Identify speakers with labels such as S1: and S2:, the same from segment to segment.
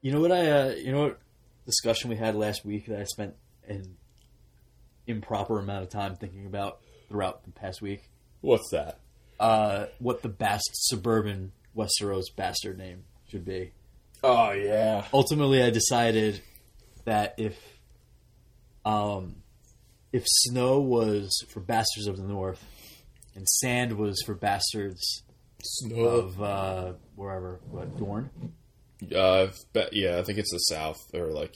S1: You know what I? Uh, you know what discussion we had last week that I spent an improper amount of time thinking about throughout the past week.
S2: What's that?
S1: Uh, what the best suburban Westeros bastard name should be.
S2: Oh yeah.
S1: Ultimately, I decided that if, um, if snow was for bastards of the north, and sand was for bastards
S2: Snow.
S1: of uh, wherever, what Dorne.
S2: Uh, but yeah, I think it's the South or like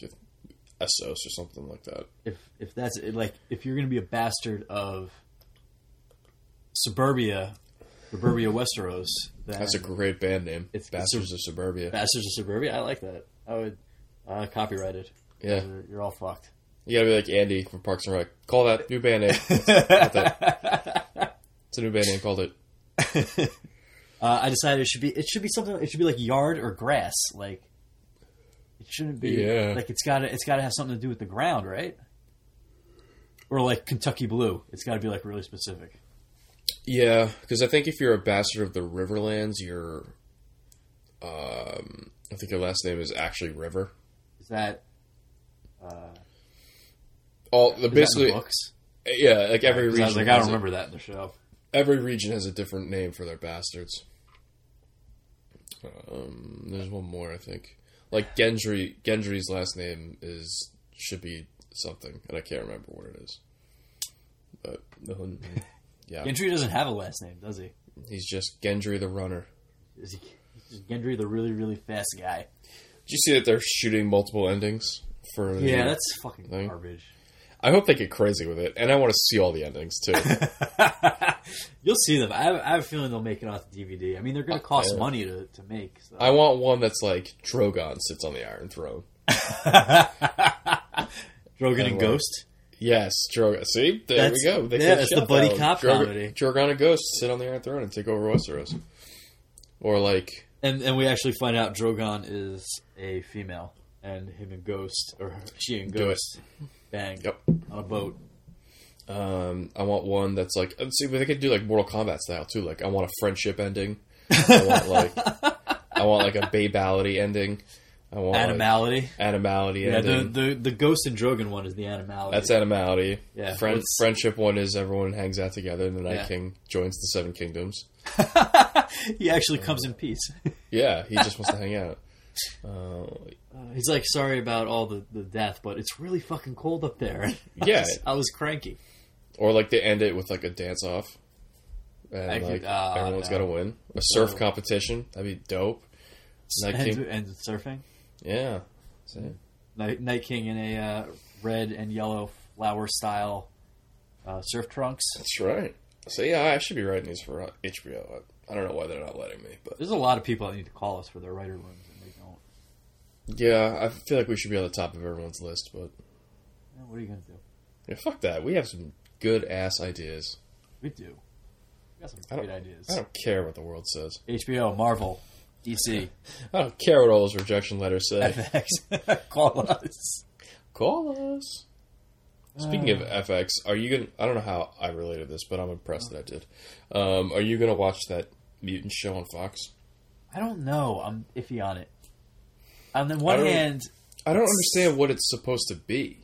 S2: Essos or something like that.
S1: if if that's like if you're gonna be a bastard of suburbia, suburbia Westeros, then
S2: That's a great band name.
S1: It's-
S2: Bastards of Suburbia.
S1: bastards of suburbia. I like that. I would uh, copyright it.
S2: yeah,
S1: You're, you're all fucked.
S2: you gotta be like Andy from Parks and Rec. Call that new band name. It's a new band name. Called it.
S1: Uh, I decided it should be it should be something. It should be like yard or grass. Like it shouldn't be
S2: Yeah.
S1: like it's got to it's got to have something to do with the ground, right? Or like Kentucky blue. It's got to be like really specific.
S2: Yeah, because I think if you're a bastard of the Riverlands, you're. Um, I think your last name is actually River.
S1: Is that
S2: All the
S1: is that in the
S2: basically,
S1: books?
S2: yeah, like every
S1: 'Cause
S2: region.
S1: I was like, I
S2: has
S1: don't
S2: a-
S1: remember that in the show.
S2: every region has a different name for their bastards. Um, there's one more, I think. Like Gendry, Gendry's last name is should be something, and I can't remember what it is. But no one- yeah,
S1: Gendry doesn't have a last name, does he?
S2: he's just Gendry the Runner.
S1: Is he is Gendry the really really fast guy?
S2: Did you see that they're shooting multiple endings for? the-
S1: Yeah, that's fucking
S2: Thing.
S1: garbage.
S2: I hope they get crazy with it, and I want to see all the endings too.
S1: You'll see them. I have, I have a feeling they'll make it off the DVD. I mean, they're going to cost
S2: yeah.
S1: money to, to make. So.
S2: I want one that's like Drogon sits on the Iron Throne.
S1: Drogon
S2: Anyway.
S1: and Ghost.
S2: Yes, Drogon. See, there
S1: That's-
S2: we go.
S1: yeah,
S2: got
S1: that's
S2: shot
S1: the buddy
S2: down.
S1: cop
S2: Drogon,
S1: comedy.
S2: Drogon and Ghost sit on the Iron Throne and take over Westeros. Or like,
S1: And and we actually find out Drogon is a female, and him and Ghost or she and
S2: Do it.
S1: Ghost bang
S2: Yep.
S1: on a boat.
S2: um, I want one that's like. uh, See, but they could do like Mortal Kombat style too. Like, I want a friendship ending. I want like, I want like a babality ending. I want like,
S1: Animality.
S2: animality
S1: Yeah,
S2: ending.
S1: the, the the Ghost and Drogon one is the animality.
S2: that's animality.
S1: Yeah,
S2: Friend,
S1: let's-
S2: friendship one is everyone hangs out together, and the Night
S1: Yeah.
S2: King joins the Seven Kingdoms.
S1: he actually comes in peace.
S2: Yeah, he just wants to hang out. Uh,
S1: He's like, sorry about all the, the death, but it's really fucking cold up there. I
S2: Yeah.
S1: was, I was cranky.
S2: Or like they end it with like a dance off, and
S1: I could-
S2: like
S1: ah,
S2: everyone's
S1: no. Oh.
S2: got to win a surf
S1: No.
S2: competition. That'd be dope. Night
S1: Ends,
S2: King,
S1: ends with surfing.
S2: yeah. See?
S1: Night, Night King in a uh, red and yellow flower style uh, surf trunks.
S2: That's right. So yeah, I should be writing these for uh, HBO. I, I don't know why they're not letting me, but
S1: There's a lot of people that need to call us for their writer rooms, and they don't.
S2: yeah, I feel like we should be on the top of everyone's list. But
S1: Eh, What are you going to do?
S2: yeah, fuck that. We have some good ass ideas.
S1: We do. We got some
S2: I don't-
S1: great ideas.
S2: I don't care what the world says.
S1: HBO, Marvel, DC,
S2: I don't care what all those rejection letters say.
S1: FX, call us.
S2: Call us. Speaking of FX, are you gonna? I don't know how I related this, but I'm impressed that I did. Um, are you gonna watch that mutant show on Fox?
S1: I don't know. I'm iffy on it. On the
S2: I
S1: one
S2: don't-
S1: hand,
S2: I don't understand what it's supposed to be.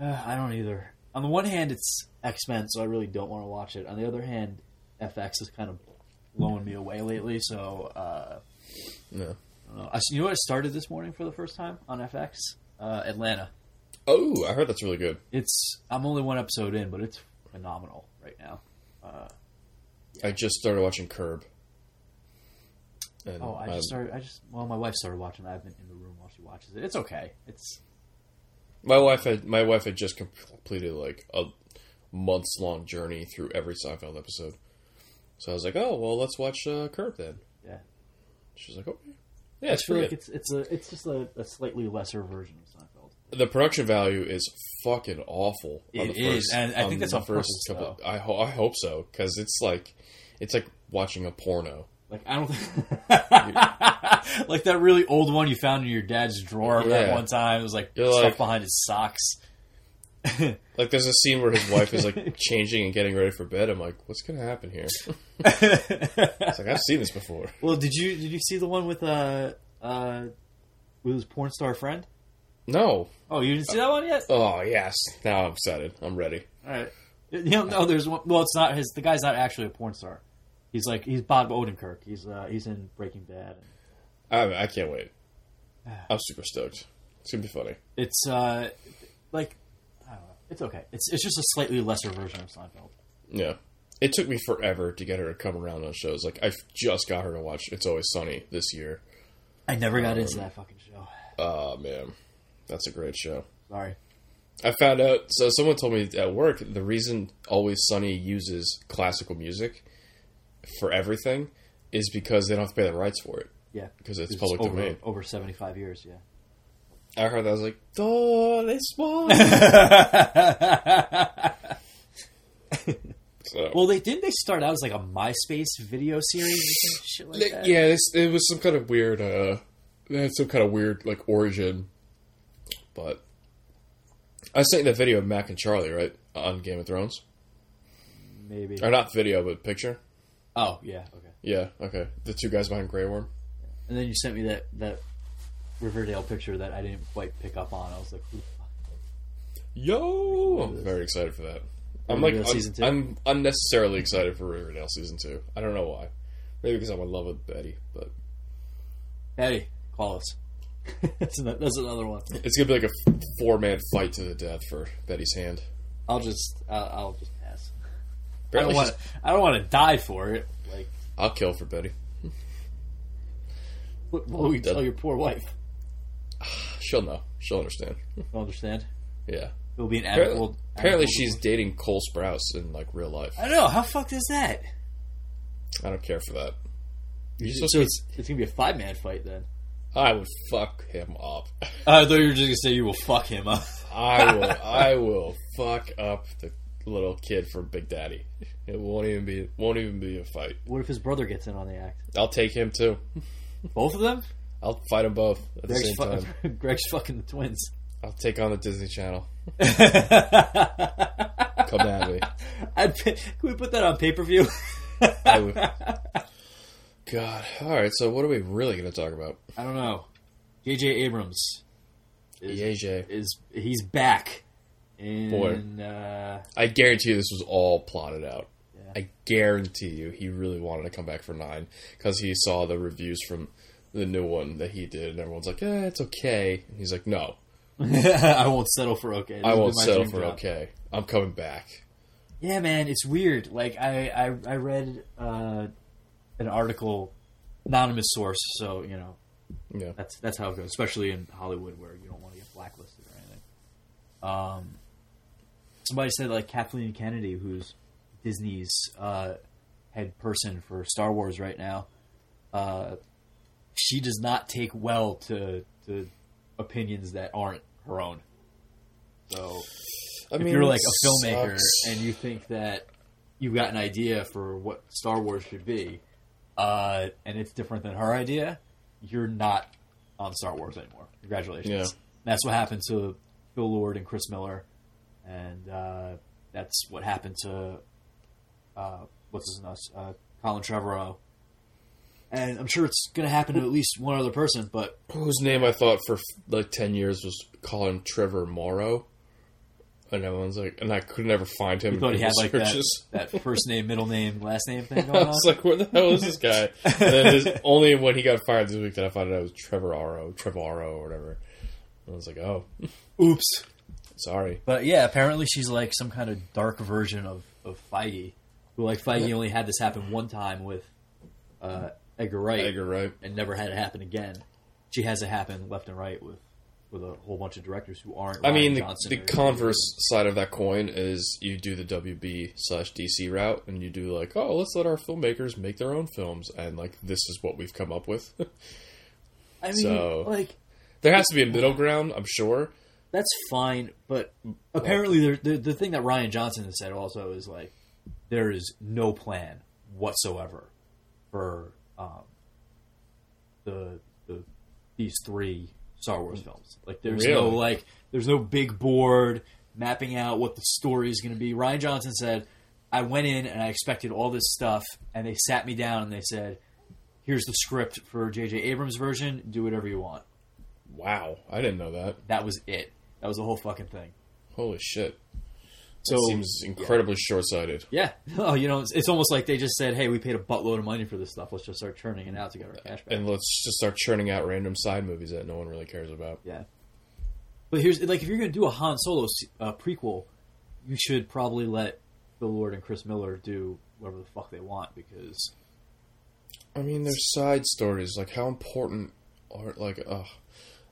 S1: Uh, I don't either. On the one hand, it's X Men, so I really don't want to watch it. On the other hand, FX is kind of blowing me away lately. So uh,
S2: No.
S1: I don't know. I, you know what I started this morning for the first time on FX? Uh, Atlanta.
S2: Oh, I heard that's really good.
S1: It's I'm only one episode in, but it's phenomenal right now.
S2: I just started watching Curb. And
S1: Oh, I
S2: I'm-
S1: just started. I just well, my wife started watching. it. I've been in the room while she watches it. It's okay. It's
S2: My wife had my wife had just completed like a months long journey through every Seinfeld episode. So I was like, oh well, let's watch uh, Curb then.
S1: yeah.
S2: She's like, okay, yeah, it's
S1: I feel
S2: pretty
S1: like
S2: good.
S1: it's it's a it's just a, a slightly lesser version of Seinfeld.
S2: the production value is fucking awful. on
S1: It
S2: the
S1: is,
S2: first,
S1: and I
S2: on
S1: think that's
S2: the
S1: on purpose,
S2: couple. I, ho- I hope so because it's like it's like watching a porno.
S1: Like I don't think like that really old one you found in your dad's drawer that
S2: Yeah.
S1: one time. It was like
S2: You're
S1: stuff
S2: like-
S1: behind his socks.
S2: Like there's a scene where his wife is like changing and getting ready for bed. I'm like, what's gonna happen here? it's like I've seen this before.
S1: Well, did you did you see the one with uh uh with his porn star friend?
S2: No.
S1: Oh, you didn't see that one yet?
S2: Oh yes. Now I'm excited. I'm ready.
S1: All right. You know, no, there's one. Well, it's not his. The guy's not actually a porn star. He's like he's Bob Odenkirk. He's uh, he's in Breaking Bad.
S2: I I can't wait. I'm super stoked. It's gonna be funny.
S1: It's uh, like I don't know. It's okay. It's it's just a slightly lesser version of Seinfeld.
S2: Yeah. It took me forever to get her to come around on shows. Like I just got her to watch It's Always Sunny this year.
S1: I never got into that fucking show.
S2: Oh man, that's a great show.
S1: Sorry.
S2: I found out. So someone told me at work the reason Always Sunny uses classical music for everything is because they don't have to pay the rights for it
S1: Yeah.
S2: because it's, public
S1: over,
S2: domain.
S1: Over seventy five years. Yeah.
S2: I heard that I was like, "Duh, this one." so,
S1: Well, they didn't. They start out as like a MySpace video series or some shit like that.
S2: yeah, this, it was some kind of weird. Uh, they had some kind of weird like origin, but I sent you that video of Mac and Charlie right on Game of Thrones,
S1: Maybe.
S2: or not video but picture.
S1: Oh yeah. Okay.
S2: Yeah, okay. The two guys behind Grey Worm.
S1: And then you sent me that that Riverdale picture that I didn't quite pick up on. I was like, who the fuck?
S2: Yo, I'm very excited for that. I'm like
S1: Riverdale
S2: un-
S1: season two?
S2: I'm unnecessarily excited for Riverdale season two. I don't know why. Maybe because I'm in love with Betty, but
S1: Patty, call us. that's, another, that's another one.
S2: it's gonna be like a four man fight to the death for Betty's hand.
S1: I'll just I'll, I'll just pass. I
S2: Apparently,
S1: don't want
S2: she's-
S1: I don't want to die for it. Like
S2: I'll kill for Betty.
S1: what, what will you tell your poor wife?
S2: She'll know. She'll understand.
S1: Don't understand.
S2: Yeah.
S1: It'll be an
S2: Apparently,
S1: amicable.
S2: apparently
S1: amicable-
S2: she's dating Cole Sprouse in like real life.
S1: I know how fucked is that.
S2: I don't care for that. You're supposed
S1: So
S2: to
S1: it's it's gonna be a five man fight then.
S2: be- I would fuck him up.
S1: I thought you were just gonna say you will fuck him up.
S2: I will. I will fuck up the little kid from Big Daddy. It won't even be. Won't even be a fight.
S1: What if his brother gets in on the act?
S2: I'll take him too.
S1: Both of them?
S2: I'll fight them both at the
S1: Greg's,
S2: same
S1: fu-
S2: time.
S1: Greg's fucking the twins.
S2: I'll take on the Disney Channel. Come at me.
S1: I'd, pay- can we put that on pay per view?
S2: I would. God. All right. So what are we really going to talk about?
S1: I don't know. J.J. Abrams
S2: E
S1: is
S2: Yay,
S1: is he's back. And,
S2: Boy.
S1: Uh,
S2: I guarantee you this was all plotted out.
S1: Yeah.
S2: I guarantee you he really wanted to come back for nine because he saw the reviews from the new one that he did, and everyone's like, "Eh, it's okay." And he's like, "No,
S1: I won't settle for okay. This
S2: I
S1: has
S2: won't
S1: been my
S2: settle
S1: dream
S2: for
S1: job.
S2: okay. I'm coming back.
S1: Yeah, man, it's weird. Like I, I, I read uh, an article, anonymous source. So you know
S2: Yeah.
S1: that's that's how it goes, especially in Hollywood where you don't want to get blacklisted or anything. Um, somebody said like Kathleen Kennedy, who's Disney's uh, head person for Star Wars right now, uh, she does not take well to to opinions that aren't her own. So
S2: I
S1: if
S2: mean,
S1: you're like
S2: it
S1: a filmmaker
S2: sucks.
S1: and you think that you've got an idea for what Star Wars should be, uh, and it's different than her idea, you're not on Star Wars anymore. Congratulations.
S2: Yeah.
S1: That's what happened to Bill Lord and Chris Miller, and uh, that's what happened to uh, what's his name, uh, Colin Trevorrow. And I'm sure it's going to happen to at least one other person, but
S2: whose name I thought for like ten years was Colin Trevor Morrow, and everyone's like, and I could never find him.
S1: you thought
S2: in
S1: he had
S2: Google
S1: like that,
S2: searches.
S1: that first name, middle name, last name thing
S2: I
S1: going on.
S2: was like, where the hell is this guy? And then this- only when he got fired this week did I find out it was Trevor Aro, Trevaro, or whatever. And I was like, oh,
S1: Oops.
S2: sorry.
S1: But yeah, apparently she's like some kind of dark version of, of Feige. Who like Feige only had this happen one time with uh, Edgar Wright
S2: Edgar Wright.
S1: and never had it happen again. She has it happen left and right with with a whole bunch of directors who aren't.
S2: I mean,
S1: Ryan
S2: the,
S1: Johnson
S2: the
S1: or-
S2: converse side of that coin is you do the WB slash DC route, and you do like, oh, let's let our filmmakers make their own films, and like this is what we've come up with.
S1: I mean,
S2: so-
S1: like
S2: there has to be a middle ground, I'm sure.
S1: that's fine, but apparently there, the the thing that Ryan Johnson has said also is like there is no plan whatsoever for um, the the these three Star Wars films. Like there's no
S2: Really?
S1: like there's no big board mapping out what the story is going to be. Ryan Johnson said, "I went in and I expected all this stuff, and they sat me down and they said." Here's the script for J.J. Abrams' version. Do whatever you want.
S2: Wow, I didn't know that.
S1: That was it. That was the whole fucking thing.
S2: Holy shit.
S1: So
S2: it seems incredibly short-sighted.
S1: yeah, oh, you know, it's, it's almost like they just said, "Hey, we paid a buttload of money for this stuff. Let's just start churning it out to get our cash back."
S2: And let's just start churning out random side movies that no one really cares about.
S1: Yeah. But here's like if you're going to do a Han Solo se- uh, prequel, you should probably let Bill Lord and Chris Miller do whatever the fuck they want because
S2: I mean, there's side stories. Like, how important are like? Ugh.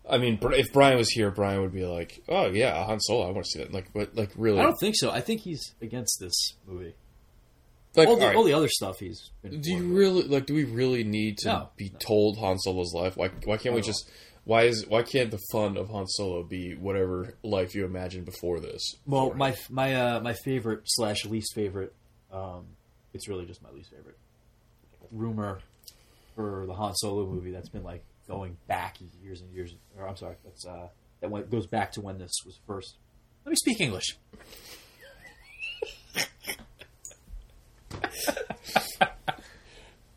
S2: I mean, Bri- if Brian was here, Brian would be like, "Oh yeah, Han Solo. I want to see that." Like, but like really,
S1: I don't think so. I think he's against this movie.
S2: like,
S1: all, the,
S2: all right.
S1: all the other stuff he's been.
S2: do you
S1: for.
S2: really like? Do we really need to
S1: No,
S2: be
S1: no.
S2: told Han Solo's life? Why? Why can't we
S1: No.
S2: just? Why is? Why can't the fun of Han Solo be whatever life you imagined before this?
S1: Well,
S2: Before-
S1: my my uh, my favorite slash least favorite. Um, it's really just my least favorite rumor for the Han Solo movie that's been like going back years and years. Or I'm sorry, that's uh, that went, goes back to when this was first. Let me speak English.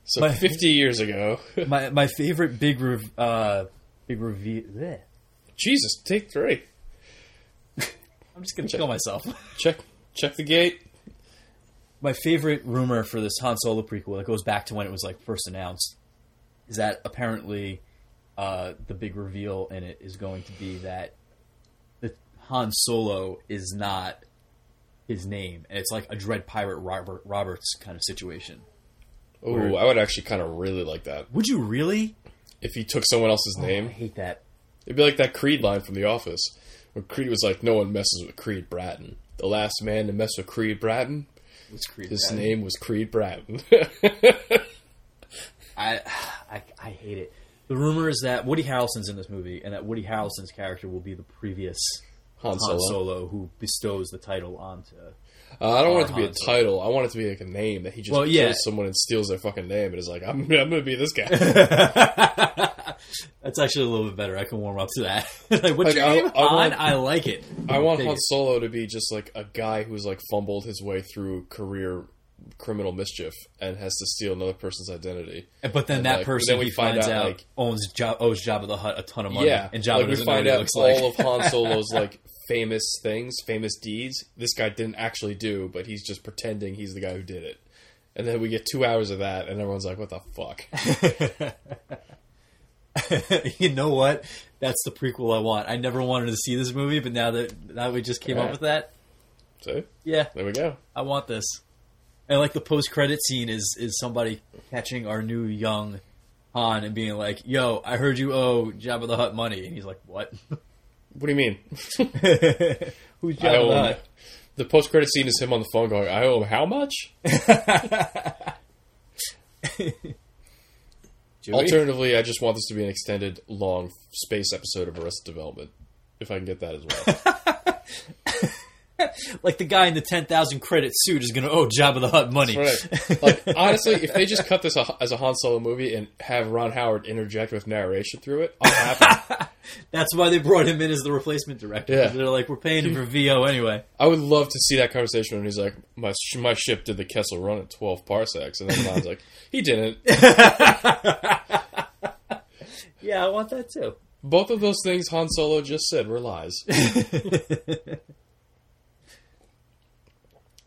S2: so
S1: my-
S2: fifty years ago.
S1: My my favorite big rev, uh, big reveal. bleh.
S2: Jesus, take three.
S1: I'm just gonna kill myself.
S2: Check, check the gate.
S1: my favorite rumor for this Han Solo prequel that goes back to when it was like first announced is that apparently uh, the big reveal in it is going to be that the Han Solo is not his name, and it's like a Dread Pirate Robert Roberts kind of situation.
S2: Oh, I would actually kind of really like that
S1: Would you really?
S2: if he took someone else's
S1: I
S2: name.
S1: hate that.
S2: It'd be like that Creed line from The Office, where Creed was like, "No one messes with Creed Bratton." The last man to mess with Creed Bratton,
S1: Let's create
S2: his
S1: that.
S2: name was Creed Bratton.
S1: I, I I hate it. The rumor is that Woody Harrelson's in this movie, and that Woody Harrelson's character will be the previous
S2: Han
S1: Han
S2: Solo.
S1: Solo who bestows the title onto
S2: Uh, I don't want it to be a
S1: Han Solo.
S2: title. I want it to be like a name that he just
S1: Well, yeah.
S2: kills someone and steals their fucking name and is like, "I'm, I'm gonna be this guy."
S1: That's actually a little bit better. I can warm up to that. like, what's
S2: Like,
S1: your
S2: I-
S1: name?
S2: I want-
S1: Han? I like it.
S2: I want
S1: Dig
S2: Han
S1: it.
S2: Solo to be just like a guy who's like fumbled his way through career criminal mischief and has to steal another person's identity.
S1: But then that
S2: like,
S1: person
S2: then we
S1: he
S2: find
S1: finds
S2: out,
S1: out,
S2: like-
S1: owns job owes Jabba the Hutt a ton of money,
S2: Yeah,
S1: and Jabba
S2: like we
S1: doesn't know what
S2: find
S1: he
S2: out
S1: looks
S2: all
S1: like.
S2: of Han Solo's like famous things, famous deeds. This guy didn't actually do, but he's just pretending he's the guy who did it. And then we get two hours of that, and everyone's like, "What the fuck?"
S1: you know what? That's the prequel I want. I never wanted to see this movie, but now that now we just came
S2: Yeah.
S1: up with that,
S2: So
S1: yeah,
S2: there we go.
S1: I want this. And like the post credit scene is is somebody catching our new young Han and being like, "Yo, I heard you owe Jabba the Hutt money," and he's like, "What?
S2: What do you mean?
S1: Who's
S2: I
S1: Jabba
S2: owe
S1: the
S2: him.
S1: Hutt?"
S2: The post credit scene is him on the phone going, "I owe him how much?"
S1: Joey?
S2: Alternatively, I just want this to be an extended, long space episode of Arrested Development, if I can get that as well.
S1: like the guy in the 10,000 credit suit is going to owe Jabba the Hutt money.
S2: Right. Like honestly, if they just cut this a- as a Han Solo movie and have Ron Howard interject with narration through it, I'm happy.
S1: That's why they brought him in as the replacement director.
S2: Yeah.
S1: They're like, we're paying him for VO anyway.
S2: I would love to see that conversation when he's like, "My sh- my ship did the Kessel Run at twelve parsecs," and then Han's like, "He didn't."
S1: Yeah, I want that too.
S2: Both of those things Han Solo just said were lies.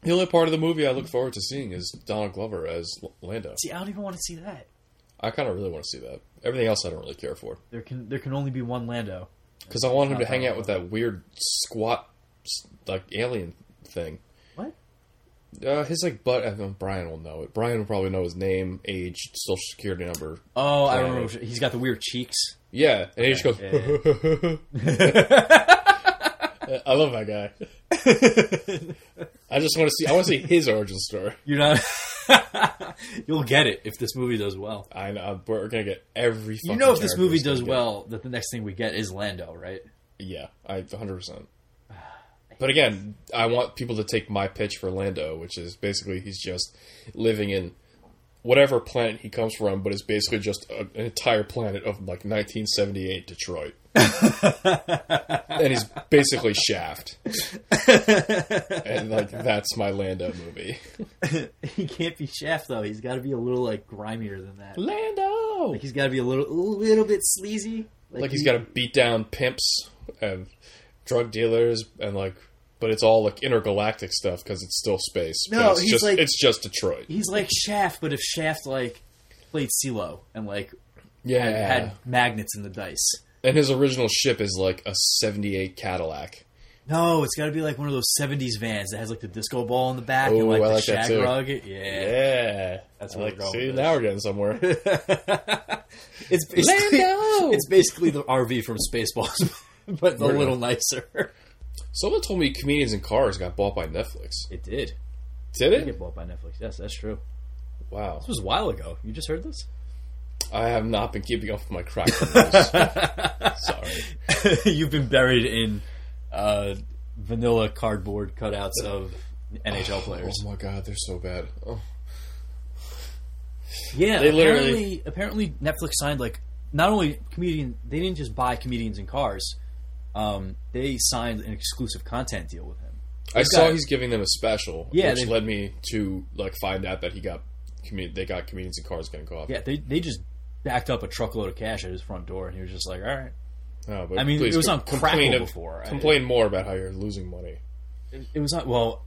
S2: the only part of the movie I look forward to seeing is Donald Glover as L- Lando.
S1: See, I don't even want to see that.
S2: I kind of really want to see that. Everything else I don't really care for
S1: There can there can only be one Lando.
S2: because I want him to hang out with that weird squat s- like alien thing.
S1: What?
S2: Uh, his like butt. I know Brian will know it. Brian will probably know his name, age, social security number,
S1: Oh, I
S2: Yeah.
S1: remember. He's got the weird cheeks.
S2: Yeah, and he just goes.
S1: Yeah,
S2: I love that guy. I just want to see. I want to see his origin story.
S1: You're not. You'll get it if this movie does well.
S2: I know we're gonna get every.
S1: You
S2: fucking
S1: know, if this
S2: character
S1: movie
S2: he's gonna
S1: does
S2: get.
S1: well, that the next thing we get is Lando, right?
S2: yeah, I 100. percent But again, I want people to take my pitch for Lando, which is basically he's just living in whatever planet he comes from, but it's basically just a, an entire planet of like 1978 Detroit, and he's basically Shaft, and like that's my Lando movie.
S1: He can't be Chef though. He's got to be a little like grimier than that.
S2: Lando.
S1: He's got to be a little, a little bit sleazy.
S2: Like, he's got to beat down pimps and drug dealers and like, but it's all like intergalactic stuff because it's still space. but
S1: No,
S2: it's
S1: he's
S2: just
S1: like-
S2: it's just Detroit.
S1: He's like Shaft, but if Shaft like played CeeLo and like
S2: Yeah,
S1: had, had magnets in the dice.
S2: and his original ship is like a '78 Cadillac.
S1: No, it's got to be like one of those '70s vans that has like the disco ball in the back
S2: Ooh,
S1: and like
S2: I
S1: the
S2: like that
S1: shag
S2: too.
S1: rug. Yeah,
S2: Yeah,
S1: That's
S2: I
S1: where
S2: like.
S1: we're going
S2: See,
S1: with
S2: now we're getting somewhere.
S1: it's basically
S2: Lando!
S1: it's basically the RV from Spaceballs, but a
S2: We're
S1: little nicer.
S2: Someone told me comedians in cars got bought by Netflix.
S1: It did.
S2: Did
S1: It
S2: it?
S1: get bought by Netflix. Yes, that's true.
S2: Wow,
S1: This was a while ago. You just heard this?
S2: I have not been keeping up with my crack. Sorry.
S1: You've been buried in uh, vanilla cardboard cutouts of NHL
S2: Oh
S1: players.
S2: my god, they're so bad. Oh.
S1: Yeah,
S2: They
S1: apparently,
S2: literally-
S1: apparently Netflix signed like not only comedian they didn't just buy comedians in cars, um, they signed an exclusive content deal with him.
S2: I saw
S1: got-
S2: he's giving them a special,
S1: Yeah,
S2: which
S1: they've-
S2: led me to like find out that he got commu- they got comedians in cars getting caught.
S1: Yeah, they they just backed up a truckload of cash at his front door, and he was just like, "All right."
S2: Oh, but
S1: I mean,
S2: please
S1: it was
S2: com-
S1: on
S2: complain
S1: Crackle
S2: of-
S1: before, I-
S2: Complain more about how you're losing money.
S1: It, it was not well.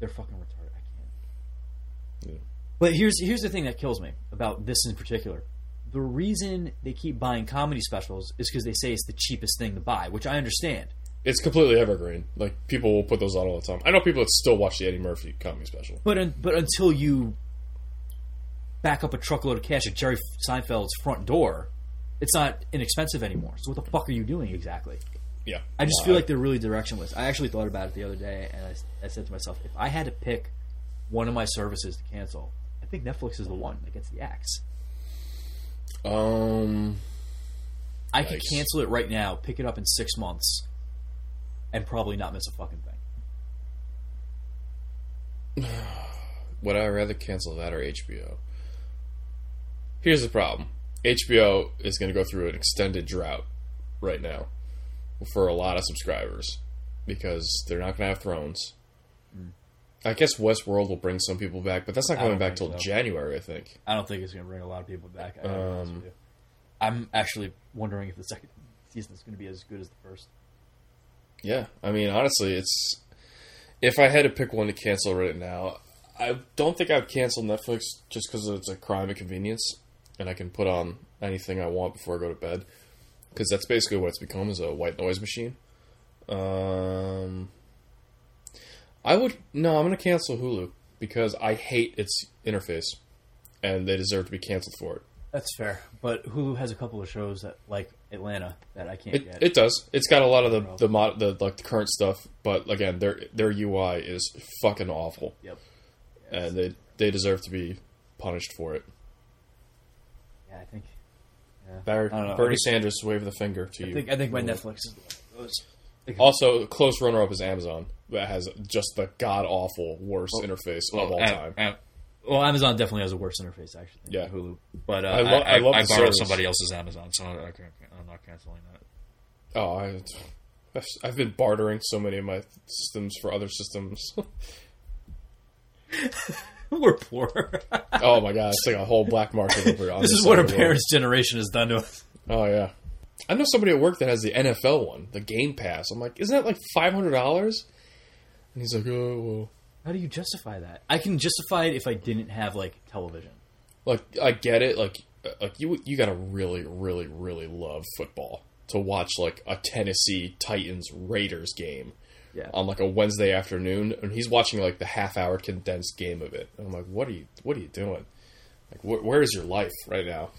S1: They're fucking retarded. I can't.
S2: Yeah.
S1: But here's here's the thing that kills me about this in particular. The reason they keep buying comedy specials is because they say it's the cheapest thing to buy, which I understand.
S2: It's completely evergreen. Like people will put those on all the time. I know people that still watch the Eddie Murphy comedy special.
S1: But un- but until you back up a truckload of cash at Jerry Seinfeld's front door, it's not inexpensive anymore. So what the fuck are you doing exactly?
S2: Yeah,
S1: I just feel like they're really directionless. I actually thought about it the other day, and I, s- I said to myself, if I had to pick one of my services to cancel, I think Netflix is the one that gets the axe.
S2: um,
S1: I could
S2: Yikes.
S1: cancel it right now, pick it up in six months, and probably not miss a fucking thing.
S2: would I rather cancel that or HBO? Here's the problem: HBO is going to go through an extended drought right now for a lot of subscribers because they're not going to have Thrones. I guess Westworld will bring some people back, but that's not
S1: Hmm. I don't
S2: coming back till
S1: think so.
S2: January, I think.
S1: I don't think it's going to bring a lot of people back. I
S2: Um,
S1: am actually wondering if the second season is going to be as good as the first.
S2: Yeah, I mean, honestly, it's if I had to pick one to cancel right now, I don't think I'd cancel Netflix just because it's a crime of convenience, and I can put on anything I want before I go to bed. Because that's basically what it's become is a white noise machine. Um, I would no, I'm gonna cancel Hulu because I hate its interface, and they deserve to be canceled for it.
S1: That's fair, but Hulu has a couple of shows that, like Atlanta, that I can't
S2: It,
S1: get.
S2: it does. It's got a lot of the the, mod, the like the current stuff, but again, their their UI is fucking awful.
S1: yep.
S2: and they they deserve to be punished for it.
S1: Yeah, I think.
S2: Barry,
S1: don't know. I
S2: Bernie
S1: think-
S2: Sanders waved the finger to
S1: I
S2: you.
S1: think I think my Netflix is the one of those.
S2: also, a close runner up is Amazon that has just the god awful worst interface of all time.
S1: well, Amazon definitely has a worse interface actually. Than
S2: Yeah.
S1: Hulu. But uh,
S2: I lo- I love the service.
S1: else's Amazon, so I can't, I'm not canceling that.
S2: oh, I, I've, I've been bartering so many of my systems for other systems.
S1: We're poor.
S2: oh my god, it's like a whole black market over on
S1: this is
S2: side
S1: what our
S2: of the world.
S1: parents' generation has done to us.
S2: Oh yeah. I know somebody at work that has the NFL one, the Game Pass. I'm like, isn't that like five hundred dollars? And he's like, oh well,
S1: How do you justify that? I can justify it if I didn't have like television.
S2: like I get it. Like uh, like you you gotta really really really love football to watch like a Tennessee Titans Raiders game
S1: Yeah.
S2: on like a Wednesday afternoon, and he's watching like the half hour condensed game of it. And I'm like, what are you what are you doing? Like wh- where is your life right now?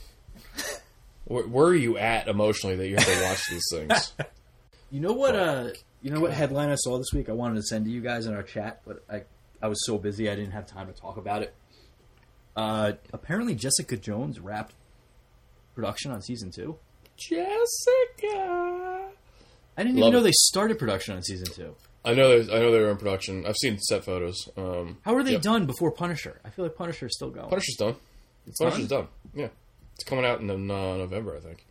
S2: Where, where are you at emotionally that you have to watch these things?
S1: You know what? Uh, you know what headline I saw this week? I wanted to send to you guys in our chat, but I I was so busy I didn't have time to talk about it. Uh, apparently, Jessica Jones wrapped production on season two.
S2: Jessica.
S1: I didn't
S2: Love
S1: even know
S2: it.
S1: they started production on season two.
S2: I know there's I know they're in production. I've seen set photos. Um,
S1: How are they
S2: Yep.
S1: done before Punisher? I feel like Punisher is still going.
S2: Punisher's done. Punisher's done. Yeah, it's coming out in uh, November, I think.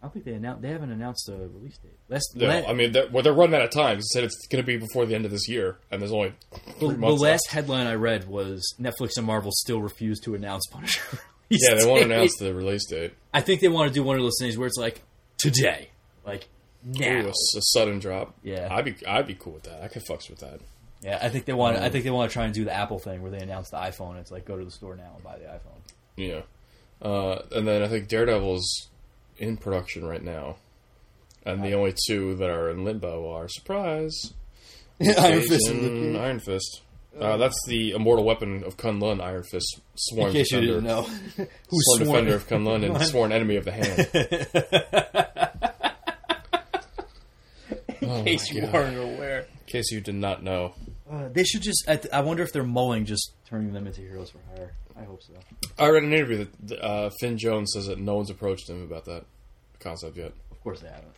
S1: I don't think they announced. They haven't announced a release date. Last,
S2: No,
S1: la-
S2: I mean, they're, well, they're running out of time. They said it's going to be before the end of this year, and there's only
S1: the,
S2: three
S1: the
S2: months
S1: last headline I read was Netflix and Marvel still refuse to announce Punisher.
S2: left. Yeah, they won't
S1: date.
S2: announce the release date.
S1: I think they want to do one of those things where it's like, today, like now.
S2: Ooh, a, s- a sudden drop.
S1: Yeah.
S2: I'd be I'd be cool with that. I could fucks with that.
S1: Yeah, I think they want. I think they want to try and do the Apple thing where they announce the iPhone. and It's like go to the store now and buy the iPhone.
S2: Yeah. Uh, and then I think Daredevil's in production right now, and the only two that are in limbo are surprise
S3: Iron
S2: Cage
S3: Fist.
S2: and
S3: In
S2: Mm, Iron Fist. Uh, that's the immortal weapon of Kun Lun, Iron Fist, sworn
S3: case you
S2: defender,
S3: didn't know.
S1: Who's
S2: sworn defender of Kun Lun, and sworn enemy of the hand. oh
S1: In case you
S2: my God.
S1: weren't aware.
S2: In case you did not know,
S1: Uh, they should just. I, th- I wonder if they're mulling just turning them into heroes for hire. I hope so.
S2: I read an interview that uh, Finn Jones says that no one's approached him about that concept yet.
S1: Of course they haven't.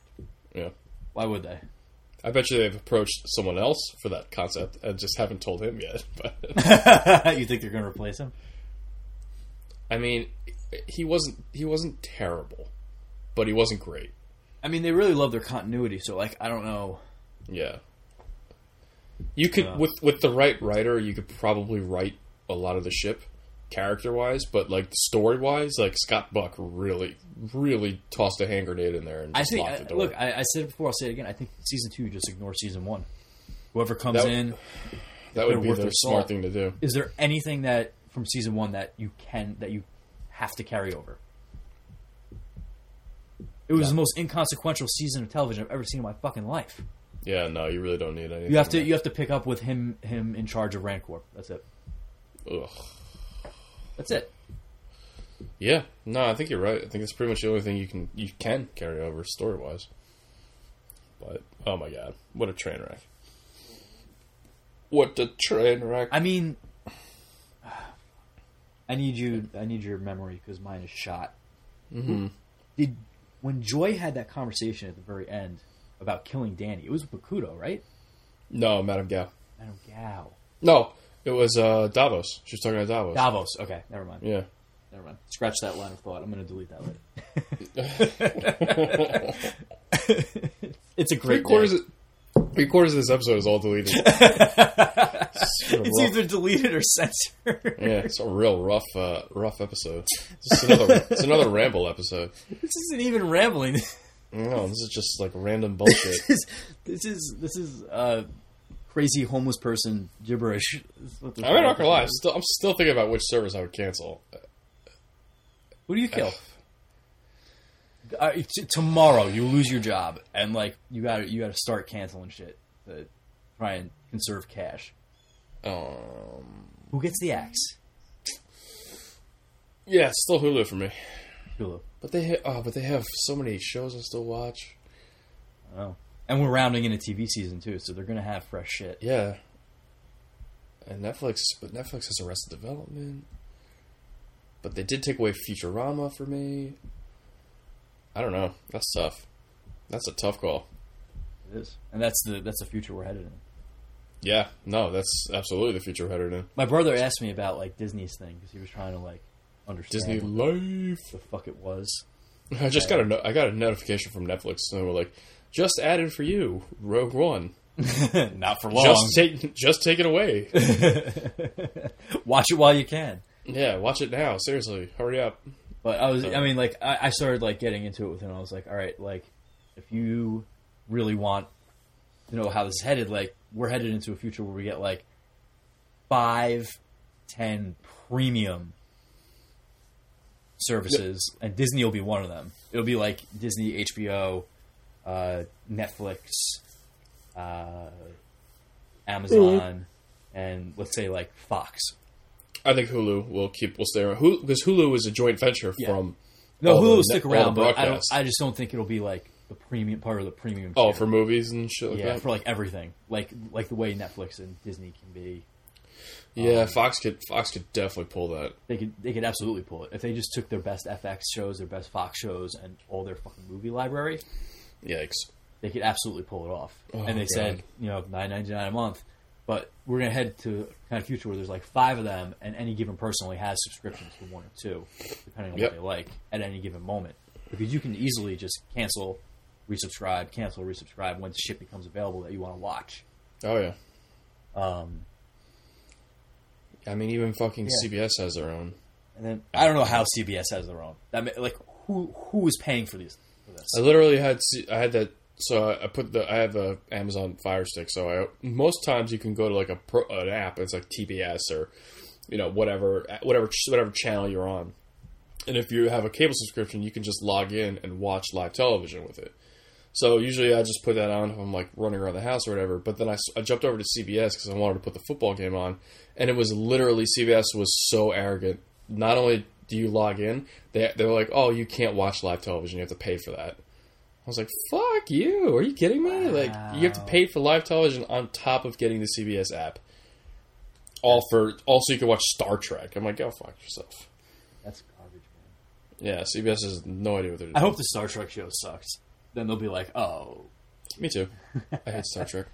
S2: Yeah.
S1: Why would they?
S2: I bet you they've approached someone else for that concept and just haven't told him yet. But
S1: you think they're going to replace him?
S2: I mean, he wasn't he wasn't terrible, but he wasn't great.
S1: I mean, they really love their continuity. So, like, I don't know.
S2: Yeah. You could with with the right writer, you could probably write a lot of the ship character wise, but like story wise, like Scott Buck really really tossed a hand grenade in there and
S1: I
S2: just
S1: think.
S2: locked
S1: I-
S2: the door.
S1: look, I, I said it before. I'll say it again. I think season two just ignores season one. Whoever comes
S2: That would-
S1: in,
S2: that would
S1: they're
S2: be
S1: worth
S2: the
S1: their
S2: smart
S1: salt.
S2: thing to do.
S1: is there anything that from season one that you can that you have to carry over? It was the most inconsequential season of television I've ever seen in my fucking life.
S2: Yeah, no, you really don't need anything.
S1: You have to you have to pick up with him him in charge of Rancorp. That's it.
S2: Ugh.
S1: That's it.
S2: Yeah, no, I think you're right. I think that's pretty much the only thing you can you can carry over story wise. But oh my god, what a train wreck! What a train wreck!
S1: I mean, I need you. I need your memory because mine is shot. Mm-hmm. Did when Joy had that conversation at the very end about killing Danny? It was Bakudo, right?
S2: no, Madame Gao.
S1: Madame Gao.
S2: No, it was uh, Davos. She was talking to Davos.
S1: Davos. Okay, never mind.
S2: yeah,
S1: Never mind. Scratch that line of thought. I'm going to delete that later. it's a great
S2: three quarters.
S1: day.
S2: Of, three quarters of this episode is all deleted. It's a
S1: It's
S2: rough-
S1: either deleted or censored.
S2: yeah, it's a real rough, uh, rough episode. It's another, it's another ramble episode.
S1: this isn't even rambling.
S2: No, this is just like random bullshit.
S1: this, this is this is uh, crazy homeless person gibberish. That's what they're
S2: I'm
S1: calling
S2: not gonna lie.
S1: it.
S2: I'm still, I'm still thinking about which service I would cancel.
S1: Who do you kill? Uh, t- tomorrow you lose your job and like you got to you got to start canceling shit to try and conserve cash.
S2: Um,
S1: Who gets the axe?
S2: yeah, it's still Hulu for me.
S1: Hulu.
S2: But they, ha- oh, but they have so many shows I still watch.
S1: Oh. And we're rounding into TV season too, so they're gonna have fresh shit.
S2: Yeah, and Netflix, but Netflix has Arrested Development. But they did take away Futurama for me. I don't know. That's tough. That's a tough call.
S1: It is, and that's the that's the future we're headed in.
S2: Yeah, no, that's absolutely the future we're headed in.
S1: My brother asked me about like Disney's thing because he was trying to like understand
S2: Disney
S1: what
S2: Life.
S1: the fuck it was.
S2: I just got a no- I got a notification from Netflix, and they were like, "Just added for you, Rogue One.
S1: Not for long.
S2: Just take, just take it away.
S1: Watch it while you can.
S2: Yeah, watch it now. Seriously, hurry up.
S1: But I was, I mean, like I, I started like getting into it with him. I was like, all right, like if you really want to know how this is headed, like we're headed into a future where we get like five, ten premium services, and Disney will be one of them. It'll be like Disney, HBO, uh, Netflix, uh, Amazon, and let's say like Fox.
S2: I think Hulu will keep will stay around because Hulu is a joint venture
S1: Yeah.
S2: from
S1: No, Hulu
S2: all the
S1: will stick
S2: net- all
S1: around,
S2: the
S1: but I, don't,
S2: broadcasts.
S1: I just don't think it'll be like the premium part of the premium.
S2: oh
S1: tier.
S2: for movies and shit like
S1: yeah,
S2: that.
S1: for um, like everything, like like the way Netflix and Disney can be.
S2: yeah, Fox could Fox could definitely pull that.
S1: They could they could absolutely pull it if they just took their best FX shows, their best Fox shows, and all their fucking movie library.
S2: Yikes.
S1: They could absolutely pull it off.
S2: Oh,
S1: and they
S2: God.
S1: said you know nine ninety nine a month, but we're gonna head to a kind of future where there's like five of them, and any given person only has subscriptions to one or two, depending on
S2: Yep.
S1: what they like at any given moment. Because you can easily just cancel, resubscribe, cancel, resubscribe when shit becomes available that you want to watch.
S2: Oh yeah.
S1: Um,
S2: I mean, even fucking
S1: Yeah.
S2: CBS has their own.
S1: And then I don't know how CBS has their own. That ma- like who who is paying for these? for this.
S2: I literally had se- I had that so I I put the I have a Amazon Fire Stick so I most times you can go to like a pro, an app it's like TBS or you know whatever whatever whatever channel you're on and if you have a cable subscription you can just log in and watch live television with it so usually I just put that on if I'm like running around the house or whatever but then I, s- I jumped over to CBS because I wanted to put the football game on and it was literally CBS was so arrogant not only do you log in they, they were like oh you can't watch live television you have to pay for that I was like, "Fuck you! Are you kidding me? Like, you have to
S1: Wow.
S2: pay for live television on top of getting the CBS app, all for also you can watch Star Trek." I'm like, "Go fuck yourself."
S1: That's garbage, man.
S2: Yeah, CBS has no idea what they're doing.
S1: I hope the Star Trek show sucks. Then they'll be like, oh,
S2: Me too. I hate Star Trek.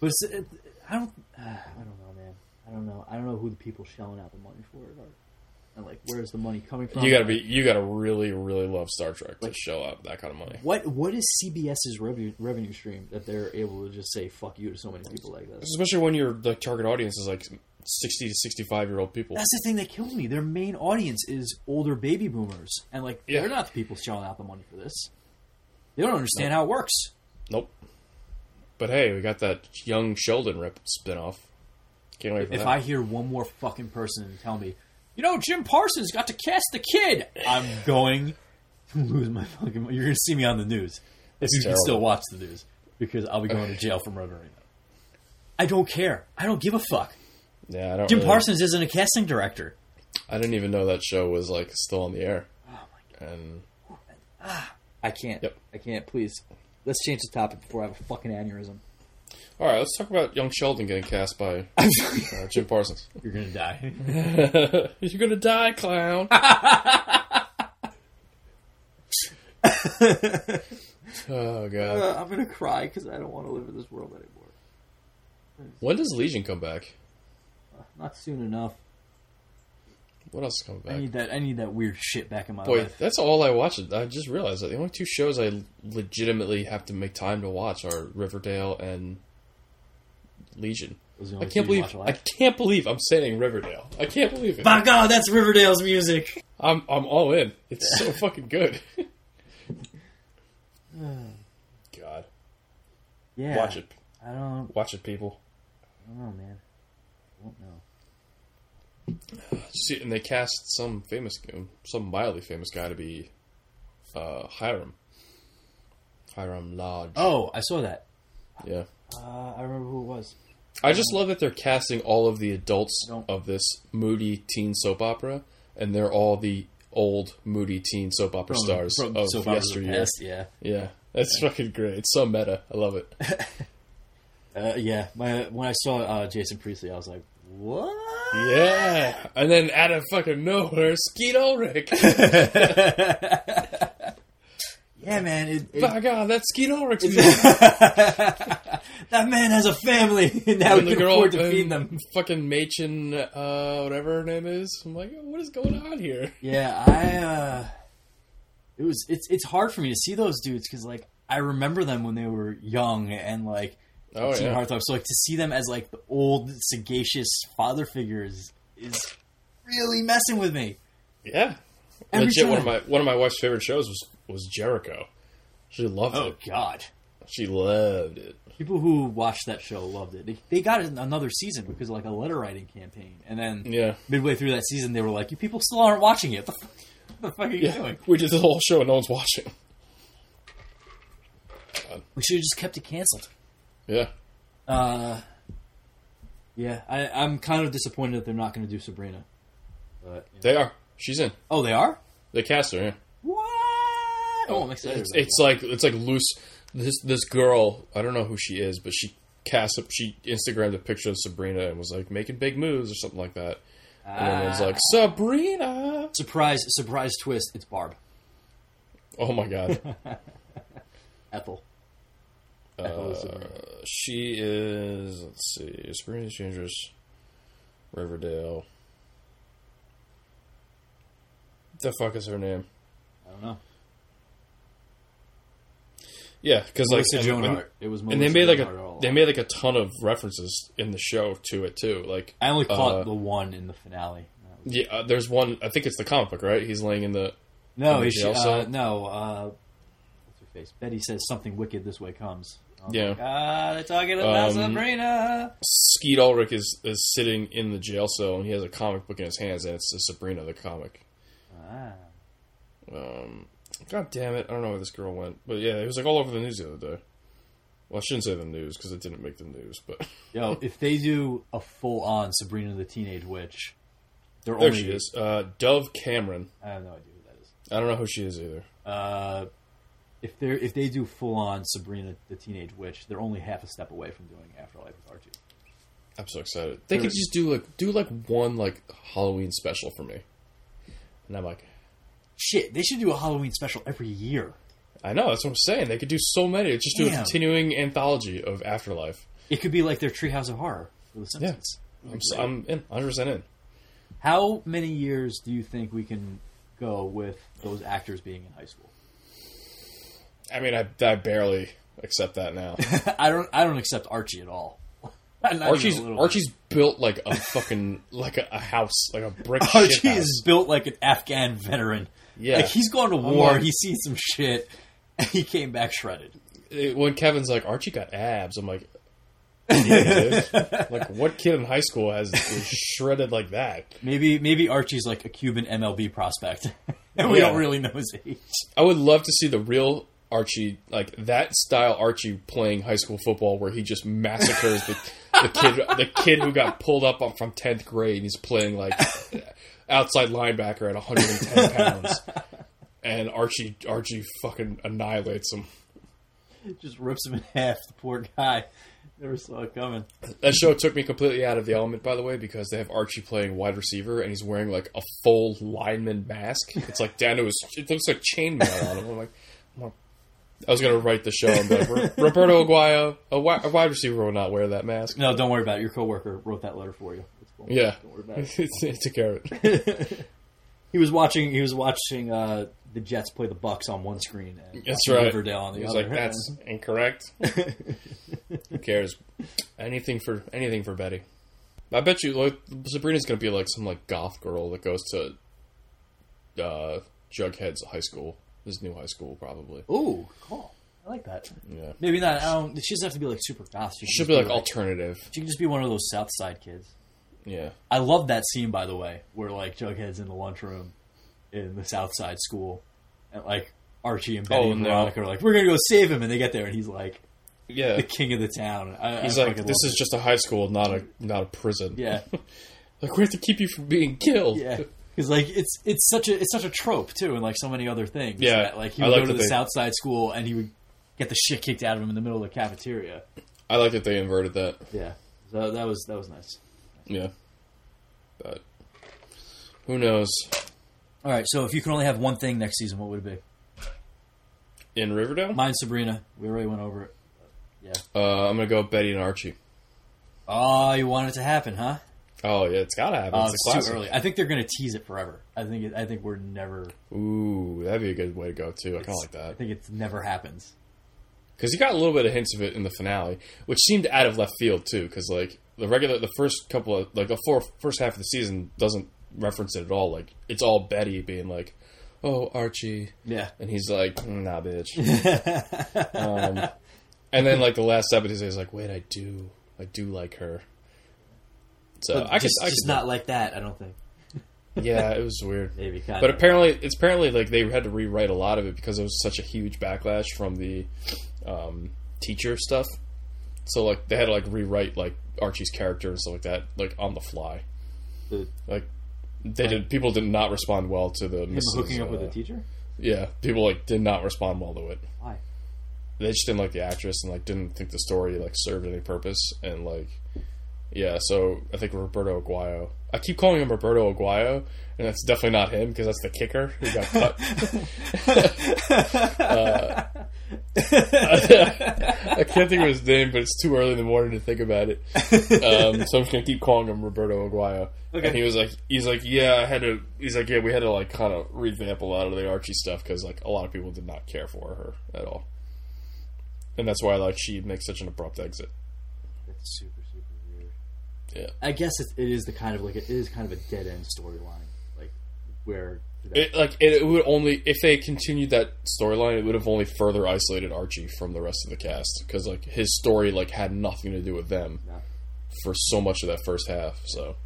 S1: but it's- it, I don't. Uh, I don't know, man. I don't know. I don't know who the people shelling out the money for it are, and like, where's the money coming from?
S2: You gotta be, you gotta really, really love Star Trek to
S1: Like-
S2: show up that kind of money.
S1: What What is CBS's revenue revenue stream that they're able to just say fuck you to so many people like this?
S2: Especially when your like target audience is like sixty to sixty-five year old people.
S1: That's the thing that killed me. Their main audience is older baby boomers, and like
S2: Yeah.
S1: they're not the people shelling out the money for this. They don't understand how it works.
S2: Nope. But hey, we got that young Sheldon rip spinoff. Can't wait for
S1: If
S2: that.
S1: I hear one more fucking person tell me, you know, Jim Parsons got to cast the kid, I'm going to lose my fucking. You're going to see me on the news. If you can
S2: terrible.
S1: still watch the news, because I'll be going to jail for murdering them. I don't care. I don't give a fuck.
S2: yeah, I don't.
S1: Jim
S2: really-
S1: Parsons isn't a casting director.
S2: I didn't even know that show was like still on the air.
S1: Oh
S2: And
S1: I can't.
S2: Yep.
S1: I can't. Please, let's change the topic before I have a fucking aneurysm.
S2: all right, let's talk about young Sheldon getting cast by uh, Jim Parsons.
S1: You're gonna die.
S2: You're gonna die, clown. oh god.
S1: Uh, I'm gonna cry because I don't want to live in this world anymore.
S2: When does Legion come back?
S1: Not soon enough.
S2: What else is coming
S1: I
S2: back?
S1: need that. I need that weird shit back in my
S2: Boy,
S1: life.
S2: that's all I watch. I just realized that the only two shows I legitimately have to make time to watch are Riverdale and Legion.
S1: Those are the
S2: I
S1: only
S2: can't
S1: two you
S2: believe
S1: watch a lot.
S2: I can't believe I'm saying Riverdale. I can't believe it.
S1: By God, that's Riverdale's music.
S2: I'm I'm all in. It's so fucking good. God,
S1: Yeah.
S2: watch it,
S1: I don't,
S2: watch it, people.
S1: I don't know, man. I don't know.
S2: See, and they cast some famous, some mildly famous guy to be uh, Hiram. Hiram Lodge.
S1: Oh, I saw that.
S2: Yeah,
S1: Uh, I remember who it was.
S2: I just love that they're casting all of the adults
S1: I don't-
S2: of this moody teen soap opera, and they're all the old moody teen soap opera stars
S1: From
S2: of
S1: soap operas of the
S2: yesteryear.
S1: past, Yeah.
S2: Yeah, that's fucking great. It's so meta. I love it.
S1: Uh, yeah. My when I saw uh, Jason Priestley, I was like, what?
S2: Yeah, and then out of fucking nowhere, Skeet Ulrich. Oh
S1: Yeah, man. It, it-
S2: My God, that's Skeet Ulrich.
S1: that man has a family and now we
S2: And
S1: can afford to feed them.
S2: Fucking Machen, uh, whatever her name is. I'm like, what is going on here?
S1: Yeah, I. Uh, it was it's it's hard for me to see those dudes because like I remember them when they were young and like
S2: Oh
S1: Teen
S2: yeah,
S1: Heartthrob. So like to see them as like the old sagacious father figures is really messing with me.
S2: yeah.
S1: Every
S2: Legit, one of
S1: time.
S2: my one of my wife's favorite shows was was Jericho. She loved
S1: Oh
S2: it.
S1: God,
S2: She loved it.
S1: people who watched that show loved it. They, they got an- another season because of, like a letter writing campaign, and then
S2: Yeah,
S1: midway through that season, they were like, "You people still aren't watching it. What the fuck, what the fuck are you doing?"
S2: we did the whole show and no one's watching.
S1: We should have just kept it canceled.
S2: Yeah,
S1: Uh, yeah, I, I'm kind of disappointed that they're not going to do Sabrina. But you know.
S2: they are. She's in.
S1: oh, they are.
S2: They cast her. Yeah.
S1: What? Oh, I'm excited.
S2: It's,
S1: about
S2: it's like it's like loose. This this girl, I don't know who she is, but she cast up. She Instagrammed a picture of Sabrina and was like making big moves or something like that.
S1: that.
S2: And everyone's
S1: Ah.
S2: like Sabrina.
S1: surprise, surprise twist. It's Barb
S2: Oh my god,
S1: Ethel. Ethel
S2: Uh,
S1: is Sabrina.
S2: she is. Let's see, Sabrina's dangerous. Riverdale. The fuck is her name?
S1: I don't know.
S2: Yeah, because like
S1: Melissa
S2: and
S1: Joan
S2: when-
S1: Hart. It was
S2: and
S1: Melissa
S2: they made like
S1: Joan Hart all
S2: a
S1: along.
S2: they made like a ton of references in the show to it too. Like
S1: I only caught
S2: uh,
S1: the one in the finale.
S2: Yeah, uh, there's one. I think it's the comic book, right? He's laying in the
S1: No,
S2: the
S1: is she,
S2: jail
S1: uh,
S2: cell?
S1: no. Uh, what's face. Betty says something wicked this way comes. I'm
S2: Yeah.
S1: like, ah, they're talking about
S2: Um,
S1: Sabrina.
S2: Skeet Ulrich is, is sitting in the jail cell and he has a comic book in his hands and it's the Sabrina the comic.
S1: Ah.
S2: Um, God damn it! I don't know where this girl went, but yeah, it was like all over the news the other day. Well, I shouldn't say the news because it didn't make the news, but
S1: Yo, if they do a full on Sabrina the Teenage Witch, they're
S2: there
S1: only.
S2: she is. Uh, Dove Cameron.
S1: I have no idea who that is.
S2: I don't know who she is either.
S1: Uh, if they are if they do full on Sabrina the Teenage Witch, they're only half a step away from doing Afterlife with Archie.
S2: I'm so excited. They could just do like do like one like Halloween special for me, and I'm like,
S1: Shit, they should do a Halloween special every year.
S2: I know that's what I'm saying. They could do so many. Just do a
S1: Damn.
S2: continuing anthology of Afterlife.
S1: It could be like their Treehouse of Horror for The Simpsons.
S2: I'm, s am in 100 percent in.
S1: How many years do you think we can go with those actors being in high school?
S2: I mean, I, I barely accept that now.
S1: I don't. I don't accept Archie at all. Not even a
S2: Archie's
S1: little.
S2: Archie's built like a fucking like a, a house, like a brick. shit
S1: Archie
S2: house.
S1: is built like an Afghan veteran.
S2: Yeah.
S1: like he's gone to war.
S2: like-
S1: he's seen some shit. And he came back shredded.
S2: it- when Kevin's like, Archie got abs, I'm like, "Yeah, dude." like what kid in high school has is shredded like that?
S1: Maybe maybe Archie's like a Cuban MLB prospect, and we
S2: Yeah.
S1: don't really know his age.
S2: I would love to see the real Archie, like that style Archie playing high school football, where he just massacres the, the kid, the kid who got pulled up on- from tenth grade, and he's playing like outside linebacker at 110 pounds, and Archie Archie fucking annihilates him.
S1: Just rips him in half. The poor guy never saw it coming.
S2: That show took me completely out of the element, by the way, because they have Archie playing wide receiver and he's wearing like a full lineman mask. It's like down to his, it looks like chainmail on him. I'm like, I'm like- I was gonna write the show. And be like, "Ro- Roberto Aguayo, a, wi- a wide receiver will not wear that mask.
S1: No, don't worry about it. Your coworker wrote that letter for you. It's cool.
S2: Yeah,
S1: don't worry about it.
S2: it's, it's a carrot.
S1: He was watching. He was watching uh, the Jets play the Bucks on one screen. And
S2: That's
S1: watching
S2: right.
S1: Riverdale on the
S2: He's
S1: other.
S2: like, that's incorrect. Who cares? Anything for anything for Betty. I bet you like Sabrina's gonna be like some like goth girl that goes to uh, Jughead's high school, his new high school probably.
S1: Ooh, cool. I like that.
S2: Yeah,
S1: Maybe not. I don't, she doesn't have to be like super goth. She, can
S2: she'll
S1: just
S2: be like alternative.
S1: she can just be one of those South Side kids.
S2: Yeah,
S1: I love that scene, by the way, where like Jughead's in the lunchroom in the South Side school, and like Archie and Betty
S2: Oh,
S1: and
S2: no.
S1: Veronica are like, "We're gonna go save him," and they get there, and he's like
S2: yeah.
S1: the king of the town. I,
S2: He's
S1: I
S2: like,
S1: fucking
S2: this
S1: love
S2: is just a high school, not a not a prison.
S1: it. yeah,
S2: like we have to keep you from being killed.
S1: yeah. Because like it's it's such a it's such a trope too, and like so many other things.
S2: Yeah,
S1: that, like he
S2: I
S1: would
S2: like
S1: go to
S2: that
S1: the
S2: they-
S1: South Side school and he would get the shit kicked out of him in the middle of the cafeteria.
S2: I like that they inverted that.
S1: Yeah, so that was that was nice.
S2: Yeah, but who knows?
S1: All right, so if you could only have one thing next season, what would it
S2: In Riverdale,
S1: be? Mine, Sabrina. We already went over it.
S2: uh, I'm gonna go Betty and Archie.
S1: Oh, you want it to happen, huh?
S2: Oh yeah, it's gotta happen.
S1: Oh,
S2: it's,
S1: it's
S2: a
S1: too
S2: classic.
S1: early. I think they're going to tease it forever. I think it, I think we're never.
S2: Ooh, that'd be a good way to go too. I kind of like
S1: I
S2: that
S1: think it's never happens.
S2: because you got a little bit of hints of it in the finale, which seemed out of left field too. Because like the regular, the first couple of like the four, first half of the season doesn't reference it at all. Like it's all Betty being like, "Oh Archie,"
S1: Yeah,
S2: and he's like, "Mm, "Nah, bitch." um, and then like the last episode, he's like, "Wait, I do, I do like her." So
S1: but
S2: I
S1: just,
S2: could, I
S1: just
S2: could-
S1: not like that. I don't think.
S2: yeah, it was weird.
S1: Maybe kind
S2: But
S1: of.
S2: apparently, it's apparently like they had to rewrite a lot of it because there was such a huge backlash from the um, teacher stuff. So like they had to like rewrite like Archie's character and stuff like that, like on the fly.
S1: The-
S2: Like they did, people did not respond well to the
S1: him
S2: Mrs.,
S1: hooking up with
S2: uh,
S1: a teacher.
S2: Yeah, people like did not respond well to it.
S1: Why?
S2: They just didn't like the actress and like didn't think the story like served any purpose and like yeah. So I think Roberto Aguayo. I keep calling him Roberto Aguayo, and that's definitely not him because that's the kicker who got cut. I can't think of his name, but it's too early in the morning to think about it. Um, so I'm just gonna keep calling him Roberto Aguayo.
S1: Okay.
S2: And he was like, he's like, yeah, I had to. He's like, yeah, we had to like kind of revamp a lot of the Archie stuff because like a lot of people did not care for her at all, and that's why like she makes such an abrupt exit.
S1: That's super super weird.
S2: Yeah.
S1: I guess it, it is the kind of like it is kind of a dead end storyline. Like where
S2: It, like it, it would only if they continued that storyline, it would have only further isolated Archie from the rest of the cast because like his story like had nothing to do with them
S1: No.
S2: for so much of that first half. So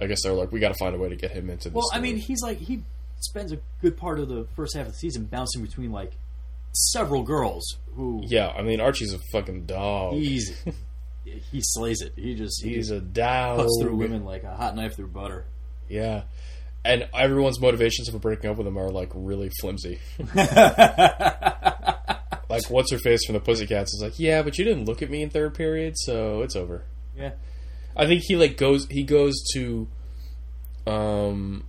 S2: I guess they're like, we got to find a way to get him into. This
S1: Well, I mean,
S2: story."
S1: he's like he spends a good part of the first half of the season bouncing between like several girls who
S2: yeah, I mean Archie's a fucking dog.
S1: he's he slays it. He just he just
S2: He's a dog.
S1: cuts through women like a hot knife through butter.
S2: Yeah. And everyone's motivations for breaking up with him are like really flimsy. like what's her face from the Pussycats is like, yeah, but you didn't look at me in third period, so it's over.
S1: Yeah,
S2: I think he like goes he goes to um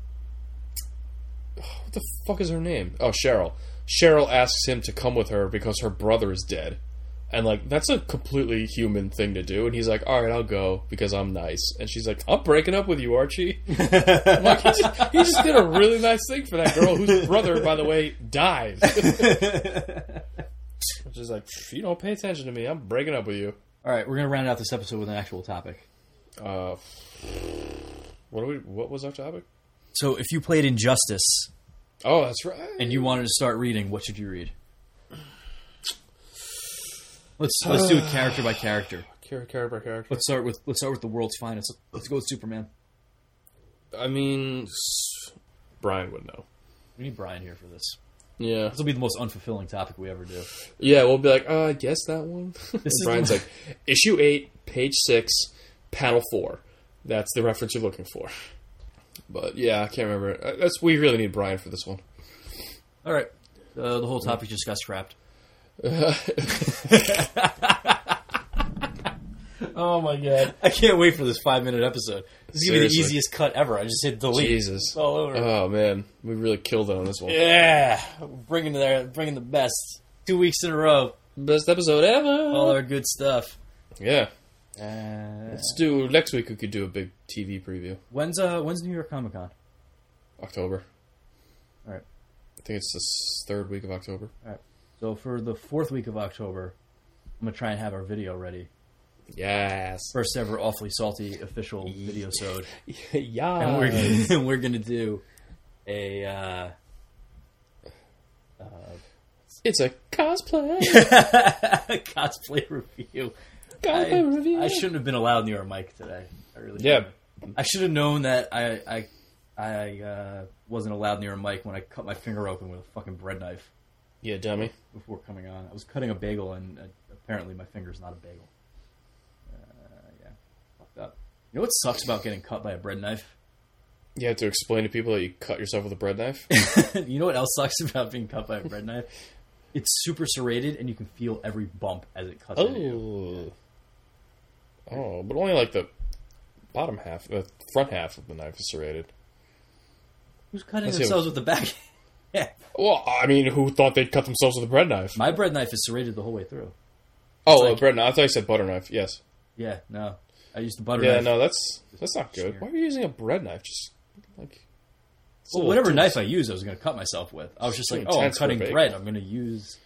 S2: what the fuck is her name? Oh, Cheryl. Cheryl asks him to come with her because her brother is dead. And like that's a completely human thing to do and he's like, "All right, I'll go because I'm nice." And she's like, "I'm breaking up with you, Archie." I'm like he just, he just did a really nice thing for that girl whose brother by the way died. Which is like, "If you don't pay attention to me, I'm breaking up with you."
S1: All right, we're gonna round out this episode with an actual topic.
S2: Uh what do we what was our topic?
S1: So, if you played Injustice
S2: Oh, that's right.
S1: and you wanted to start reading, what should you read? Let's let's do it character by character.
S2: character, character by character.
S1: Let's start with let's start with the world's finest. Let's go with Superman.
S2: I mean, s- Brian would know.
S1: We need Brian here for this.
S2: Yeah,
S1: This will be the most unfulfilling topic we ever do.
S2: yeah. We'll be like, uh, I guess that one. And
S1: is
S2: Brian's
S1: the-
S2: like, issue eight, page six, panel four. That's the reference you're looking for. But yeah, I can't remember. Uh, That's we really need Brian for this one.
S1: All right, uh, the whole topic just got scrapped.
S2: Oh my god,
S1: I can't wait for this five minute episode. This is gonna be the
S2: Seriously.
S1: easiest cut ever. I just hit delete.
S2: Jesus!
S1: All over.
S2: Oh man, we really killed it on this one.
S1: Yeah, bringing the bringing the best two weeks in a row.
S2: Best episode ever.
S1: All our good stuff.
S2: yeah,
S1: Uh,
S2: let's do next week. We could do a big TV preview.
S1: when's uh when's New York Comic Con?
S2: October.
S1: All right.
S2: I think it's the s- third week of October.
S1: So for the fourth week of October, I'm gonna try and have our video ready.
S2: Yes.
S1: First ever awfully salty official video sode.
S2: yeah.
S1: And we're gonna, we're gonna do a uh,
S2: It's a cosplay.
S1: cosplay review.
S2: cosplay
S1: I,
S2: review.
S1: I shouldn't have been allowed near a mic today. I really
S2: Yeah.
S1: shouldn't. I should have known that I I I uh, wasn't allowed near a mic when I cut my finger open with a fucking bread knife
S2: Yeah, dummy.
S1: before coming on. I was cutting a bagel and uh, apparently my finger's not a bagel. Uh, yeah, fucked up. You know what sucks about getting cut by a bread knife?
S2: You have to explain to people that you cut yourself with a bread knife.
S1: you know what else sucks about being cut by a bread knife? It's super serrated and you can feel every bump as it cuts. into you.
S2: oh. Oh, but only like the bottom half, the front half of the knife is serrated.
S1: Who's cutting
S2: Let's see.
S1: themselves with the back? yeah.
S2: Well, I mean, who thought they'd cut themselves with a bread knife?
S1: My bread knife is serrated the whole way through.
S2: oh, a bread knife. I thought you said butter knife. Yes.
S1: Yeah, no. I used the butter
S2: Yeah,
S1: knife.
S2: no, that's that's not good.
S1: Smear.
S2: Why are you using a bread knife? Just like it's a
S1: Well,
S2: little
S1: whatever
S2: too-
S1: knife I used, I was going to cut myself with. I was just like,
S2: Too
S1: oh, I'm
S2: intense for a
S1: cutting
S2: bagel.
S1: bread. I'm going to use.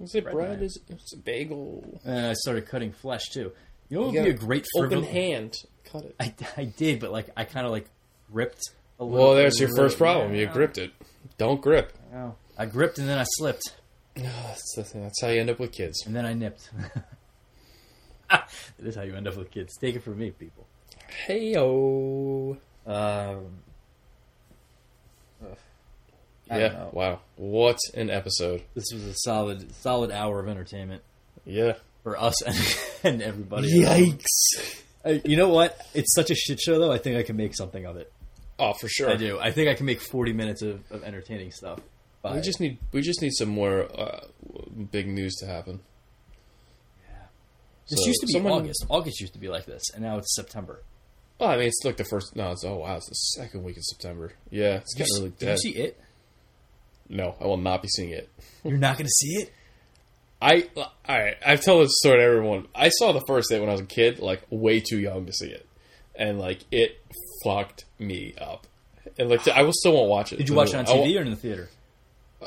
S2: Is it bread?
S1: knife.
S2: Is it's a bagel?
S1: And uh, I started cutting flesh too. You know what
S2: You
S1: would be a
S2: got
S1: great
S2: Open
S1: frivol-
S2: hand, cut it.
S1: I, I did, but like I kind of like gripped a little.
S2: Well, there's your first problem.
S1: Yeah.
S2: You gripped it. Don't grip.
S1: Oh. I gripped and then I slipped
S2: That's the thing. That's how you end up with kids.
S1: and then I nipped. That is how you end up with kids. Take it from me, people.
S2: Hey yo.
S1: Um,
S2: uh,
S1: I don't
S2: Yeah.
S1: know.
S2: Wow. What an episode.
S1: this was a solid, solid hour of entertainment
S2: Yeah.
S1: for us and, and everybody.
S2: Yikes.
S1: Uh, you know what? It's such a shit show, though. I think I can make something of it.
S2: Oh, for sure.
S1: I do. I think I can make forty minutes of, of entertaining stuff. By,
S2: We just need we just need some more uh, big news to happen.
S1: this
S2: so
S1: used to be
S2: someone-
S1: August. August used to be like this, and now it's September.
S2: Well, I mean, it's like the first. No, it's oh wow, it's the second week of September. Yeah, it's
S1: Did
S2: getting
S1: you,
S2: really
S1: did you
S2: dead.
S1: see it?
S2: No, I will not be seeing it.
S1: You're not going to see it.
S2: I all right. I've told this story to everyone. I saw the first date when I was a kid, like way too young to see it, and like it fucked me up. And like I will still won't watch it.
S1: Did you watch it on
S2: I won't-
S1: TV or in the theater?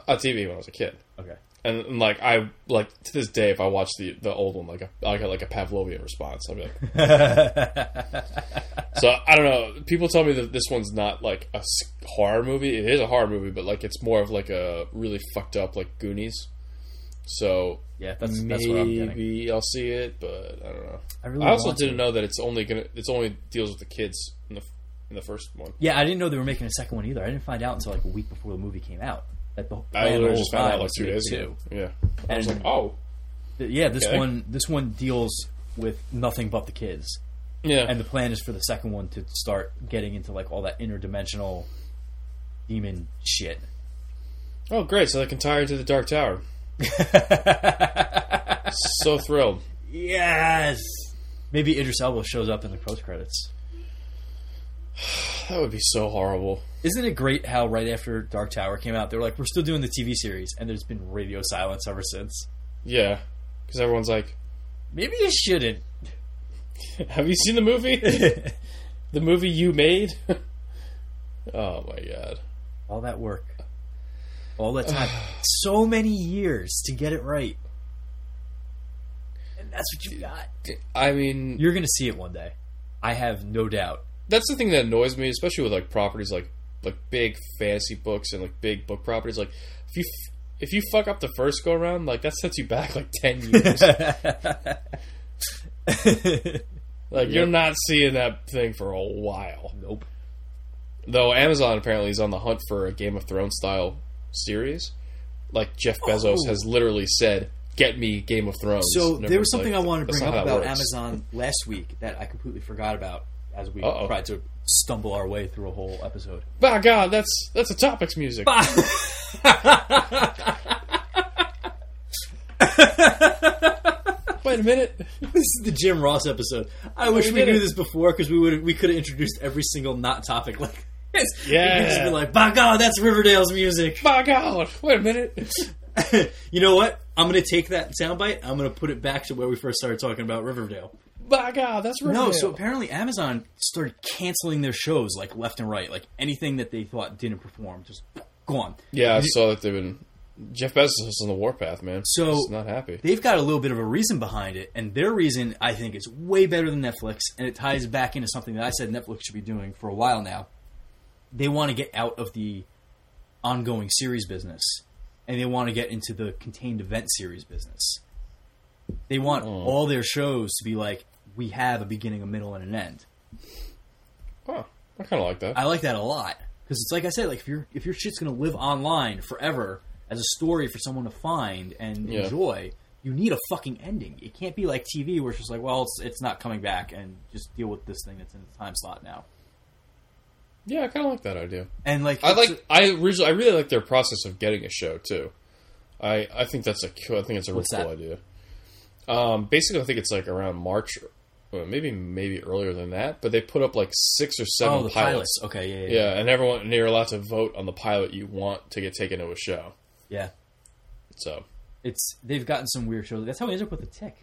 S2: on TV when I was a kid?
S1: Okay.
S2: And, and, like I like to this day, if I watch the the old one, like I, I got like a Pavlovian response. I'm like, so I don't know. People tell me that this one's not like a s- horror movie. It is a horror movie, but like it's more of like a really fucked up like Goonies. So
S1: yeah, that's
S2: maybe
S1: that's what I'm getting.
S2: I'll see it, but I don't know.
S1: I really
S2: I also
S1: want
S2: didn't
S1: to.
S2: know that it's only gonna it's only deals with the kids in the f- in the first one.
S1: Yeah, I didn't know they were making a second one either. I didn't find out until like a week before the movie came out. That the
S2: I
S1: plan the
S2: literally
S1: whole
S2: just found
S1: time
S2: out like
S1: was to
S2: two
S1: make
S2: days
S1: two.
S2: ago. Yeah, I
S1: And
S2: was like, oh,
S1: th- yeah, this
S2: okay.
S1: one this one deals with nothing but the kids,
S2: yeah.
S1: and the plan is for the second one to start getting into like all that interdimensional demon shit.
S2: Oh, great! So they can tie her to the Dark Tower. so thrilled.
S1: Yes. Maybe Idris Elba shows up in the post credits.
S2: That would be so horrible.
S1: Isn't it great how right after Dark Tower came out, they were like, "We're still doing the TV series," and there's been radio silence ever since.
S2: Yeah, because everyone's like,
S1: Maybe you shouldn't.
S2: "Have you seen the movie? the movie you made?" oh my god!
S1: all that work, all that time, so many years to get it right, and that's what you got.
S2: I mean,
S1: You're gonna see it one day. I have no doubt.
S2: that's the thing that annoys me, especially with like properties like like big fantasy books and like big book properties. Like if you f- if you fuck up the first go around, like that sets you back like ten years. like you're not seeing that thing for a while.
S1: Nope.
S2: Though Amazon apparently is on the hunt for a Game of Thrones style series. Like Jeff Bezos
S1: Oh.
S2: has literally said, "Get me Game of Thrones."
S1: So
S2: And
S1: there
S2: everyone's
S1: was something
S2: like,
S1: I wanted to
S2: "That's
S1: bring
S2: not
S1: up
S2: how that
S1: about
S2: works."
S1: Amazon last week that I completely forgot about as we
S2: Uh-oh.
S1: tried to stumble our way through a whole episode.
S2: By God, that's that's a topics music. Wait a minute.
S1: This is the Jim Ross episode. I wish we
S2: did
S1: knew
S2: it.
S1: this before because we would we could have introduced every single not topic like this.
S2: Yeah.
S1: We'd just be like, by God, that's Riverdale's music.
S2: My God, wait a minute.
S1: you know what? I'm gonna take that soundbite. I'm gonna put it back to where we first started talking about Riverdale.
S2: My God, that's
S1: No,
S2: Riverdale.
S1: so apparently Amazon started canceling their shows like left and right, like anything that they thought didn't perform, just gone.
S2: yeah, I saw that they've been. Jeff Bezos is on the warpath, man.
S1: So-
S2: He's not happy.
S1: They've got a little bit of a reason behind it, and their reason I think is way better than Netflix, and it ties back into something that I said Netflix should be doing for a while now. They want to get out of the ongoing series business, and they want to get into the contained event series business. They want all their shows to be like we have a beginning, a middle, and an end.
S2: Huh. I kind of like that.
S1: I like that a lot because it's like I said, like if your if your shit's gonna live online forever as a story for someone to find and
S2: Yeah.
S1: enjoy, you need a fucking ending. It can't be like TV where it's just like, well, it's, it's not coming back, and just deal with this thing that's in the time slot now.
S2: yeah, I kind of like that idea.
S1: And like,
S2: I
S1: it's-
S2: like. I originally. I really like their process of getting a show too. I I think that's a cool. I think it's a really
S1: What's
S2: cool
S1: that?
S2: idea. Um, basically, I think it's like around March, well, maybe maybe earlier than that. But they put up like six or seven
S1: oh the
S2: pilots.
S1: pilots. Okay, yeah, yeah, yeah.
S2: Yeah, and everyone and you're allowed to vote on the pilot you want to get taken to a show.
S1: Yeah.
S2: So
S1: It's they've gotten some weird shows. That's how we ended up with the Tick,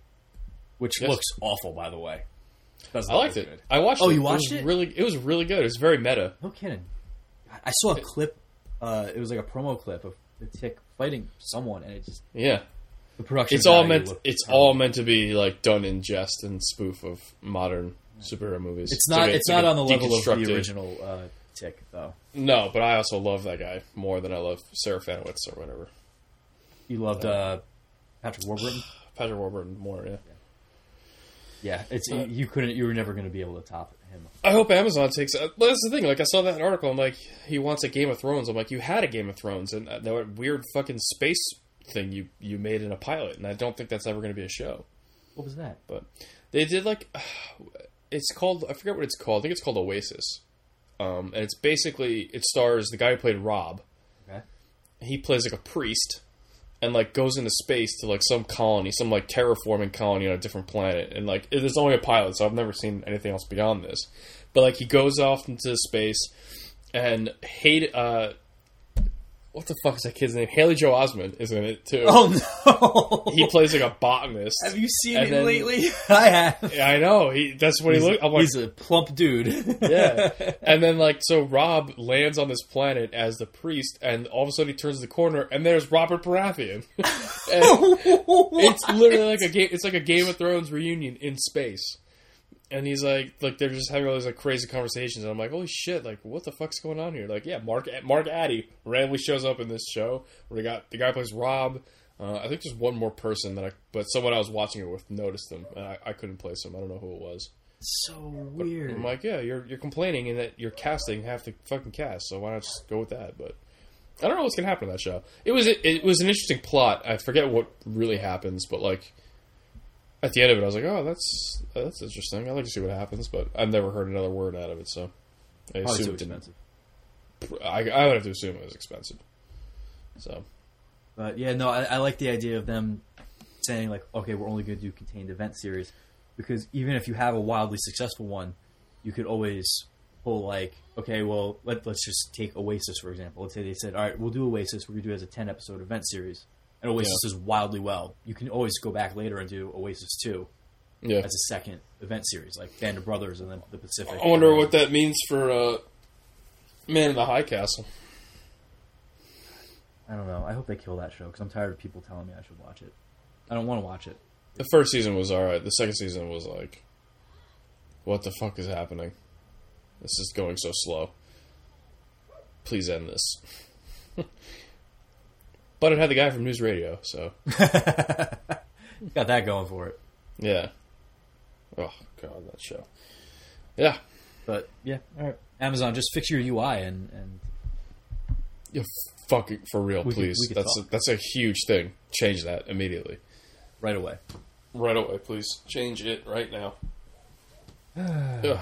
S1: which
S2: Yes.
S1: looks awful, by the way. Doesn't
S2: I liked
S1: look
S2: it.
S1: good.
S2: I watched.
S1: Oh,
S2: it.
S1: you watched
S2: was
S1: it?
S2: Really, it was really good. It was very meta.
S1: No kidding. I- I saw a clip. Uh, it was like a promo clip of the Tick fighting someone, and it just
S2: Yeah,
S1: the production.
S2: it's all
S1: value
S2: meant.
S1: looked
S2: It's
S1: terrible.
S2: all meant to be like done in jest and spoof of modern superhero movies.
S1: It's not.
S2: like a-
S1: It's, not
S2: like a
S1: on the level of
S2: deconstructed-
S1: the original uh, Tick, though.
S2: No, but I also love that guy more than I love Sarah Fanowitz or whatever.
S1: You loved uh, Patrick Warburton.
S2: Patrick Warburton more, yeah.
S1: Yeah, it's you, you couldn't. You were never going to be able to top him.
S2: I hope Amazon takes. Uh, well, that's the thing. Like I saw that article. I'm like, he wants a Game of Thrones. I'm like, you had a Game of Thrones and uh, that weird fucking space thing you you made in a pilot, and I don't think that's ever going to be a show.
S1: What was that?
S2: But they did like, it's called. I forget what it's called. I think it's called Oasis. Um, and it's basically it stars the guy who played Rob.
S1: Okay.
S2: he plays like a priest and like goes into space to like some colony, some like terraforming colony on a different planet. And like there's only a pilot, so I've never seen anything else beyond this. But like he goes off into space and hate uh what the fuck is that kid's name? Haley Joe Osmond is in it too.
S1: Oh no!
S2: He plays like a botanist.
S1: Oh. have you seen
S2: and
S1: him
S2: then-
S1: lately? I have.
S2: Yeah, I know. He that's what
S1: He's,
S2: he looked. I'm like,
S1: he's a plump dude.
S2: yeah. And then like so, Rob lands on this planet as the priest, and all of a sudden he turns the corner, and there's Robert Baratheon. And it's literally like a game. It's like a Game of Thrones reunion in space. And he's like, like they're just having all these like crazy conversations, and I'm like, holy shit, like what the fuck's going on here? Like, yeah, Mark Mark Addy randomly shows up in this show where they got the guy plays Rob. Uh, I think there's one more person that I, but someone I was watching it with noticed them, and I, I couldn't place them. I don't know who it was.
S1: so weird.
S2: I'm like, yeah, you're you're complaining and that you're casting half the fucking cast, so why not just go with that? But I don't know what's gonna happen to that show. It was it was an interesting plot. I forget what really happens, but like at the end of it, I was like, oh, that's that's interesting. I'd like to see what happens, but I've never heard another word out of it, so I
S1: Probably too
S2: assume it didn't.
S1: expensive.
S2: I, I would have to assume it was expensive. So
S1: But yeah, no, I, I like the idea of them saying like, okay, we're only going to do contained event series because even if you have a wildly successful one, you could always pull like, okay, well, let, let's just take Oasis for example. Let's say they said, all right, we'll do Oasis. We're going to do it as a ten episode event series, and Oasis
S2: Yeah.
S1: is wildly well. You can always go back later and do Oasis two
S2: yeah,
S1: as a second event series, like Band of Brothers and then the Pacific.
S2: I wonder what that means for uh, Man in the High Castle.
S1: I don't know. I hope they kill that show because I'm tired of people telling me I should watch it. I don't want to watch it.
S2: The first season was alright. The second season was like, what the fuck is happening? This is going so slow. Please end this. but it had the guy from News Radio, so
S1: Got that going for it.
S2: yeah. Oh god, that show. Yeah,
S1: But yeah, all right. Amazon, just fix your UI and and
S2: you fuck it for real,
S1: We could-
S2: please.
S1: we could
S2: that's a,
S1: talk.
S2: that's a huge thing. Change that immediately,
S1: right away.
S2: right away, please. Change it right now. Ugh.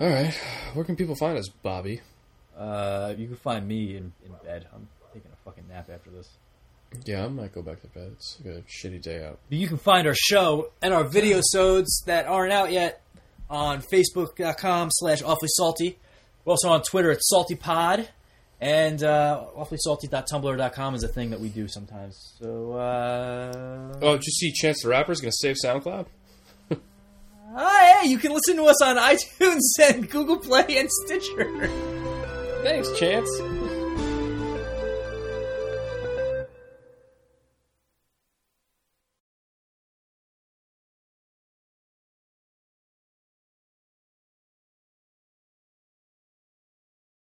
S2: All right, where can people find us, Bobby?
S1: Uh, you can find me in, in bed. I'm taking a fucking nap after this.
S2: Yeah, I might go back to bed. It's like a shitty day out.
S1: But you can find our show and our video sodes that aren't out yet on facebook.com slash awfully salty. We're also on Twitter at saltypod. And uh, awfullysalty.tumblr.com is a thing that we do sometimes. So, uh...
S2: Oh, did you see Chance the Rapper's going to save SoundCloud?
S1: Oh, hey, you can listen to us on iTunes and Google Play and Stitcher.
S2: Thanks, Chance.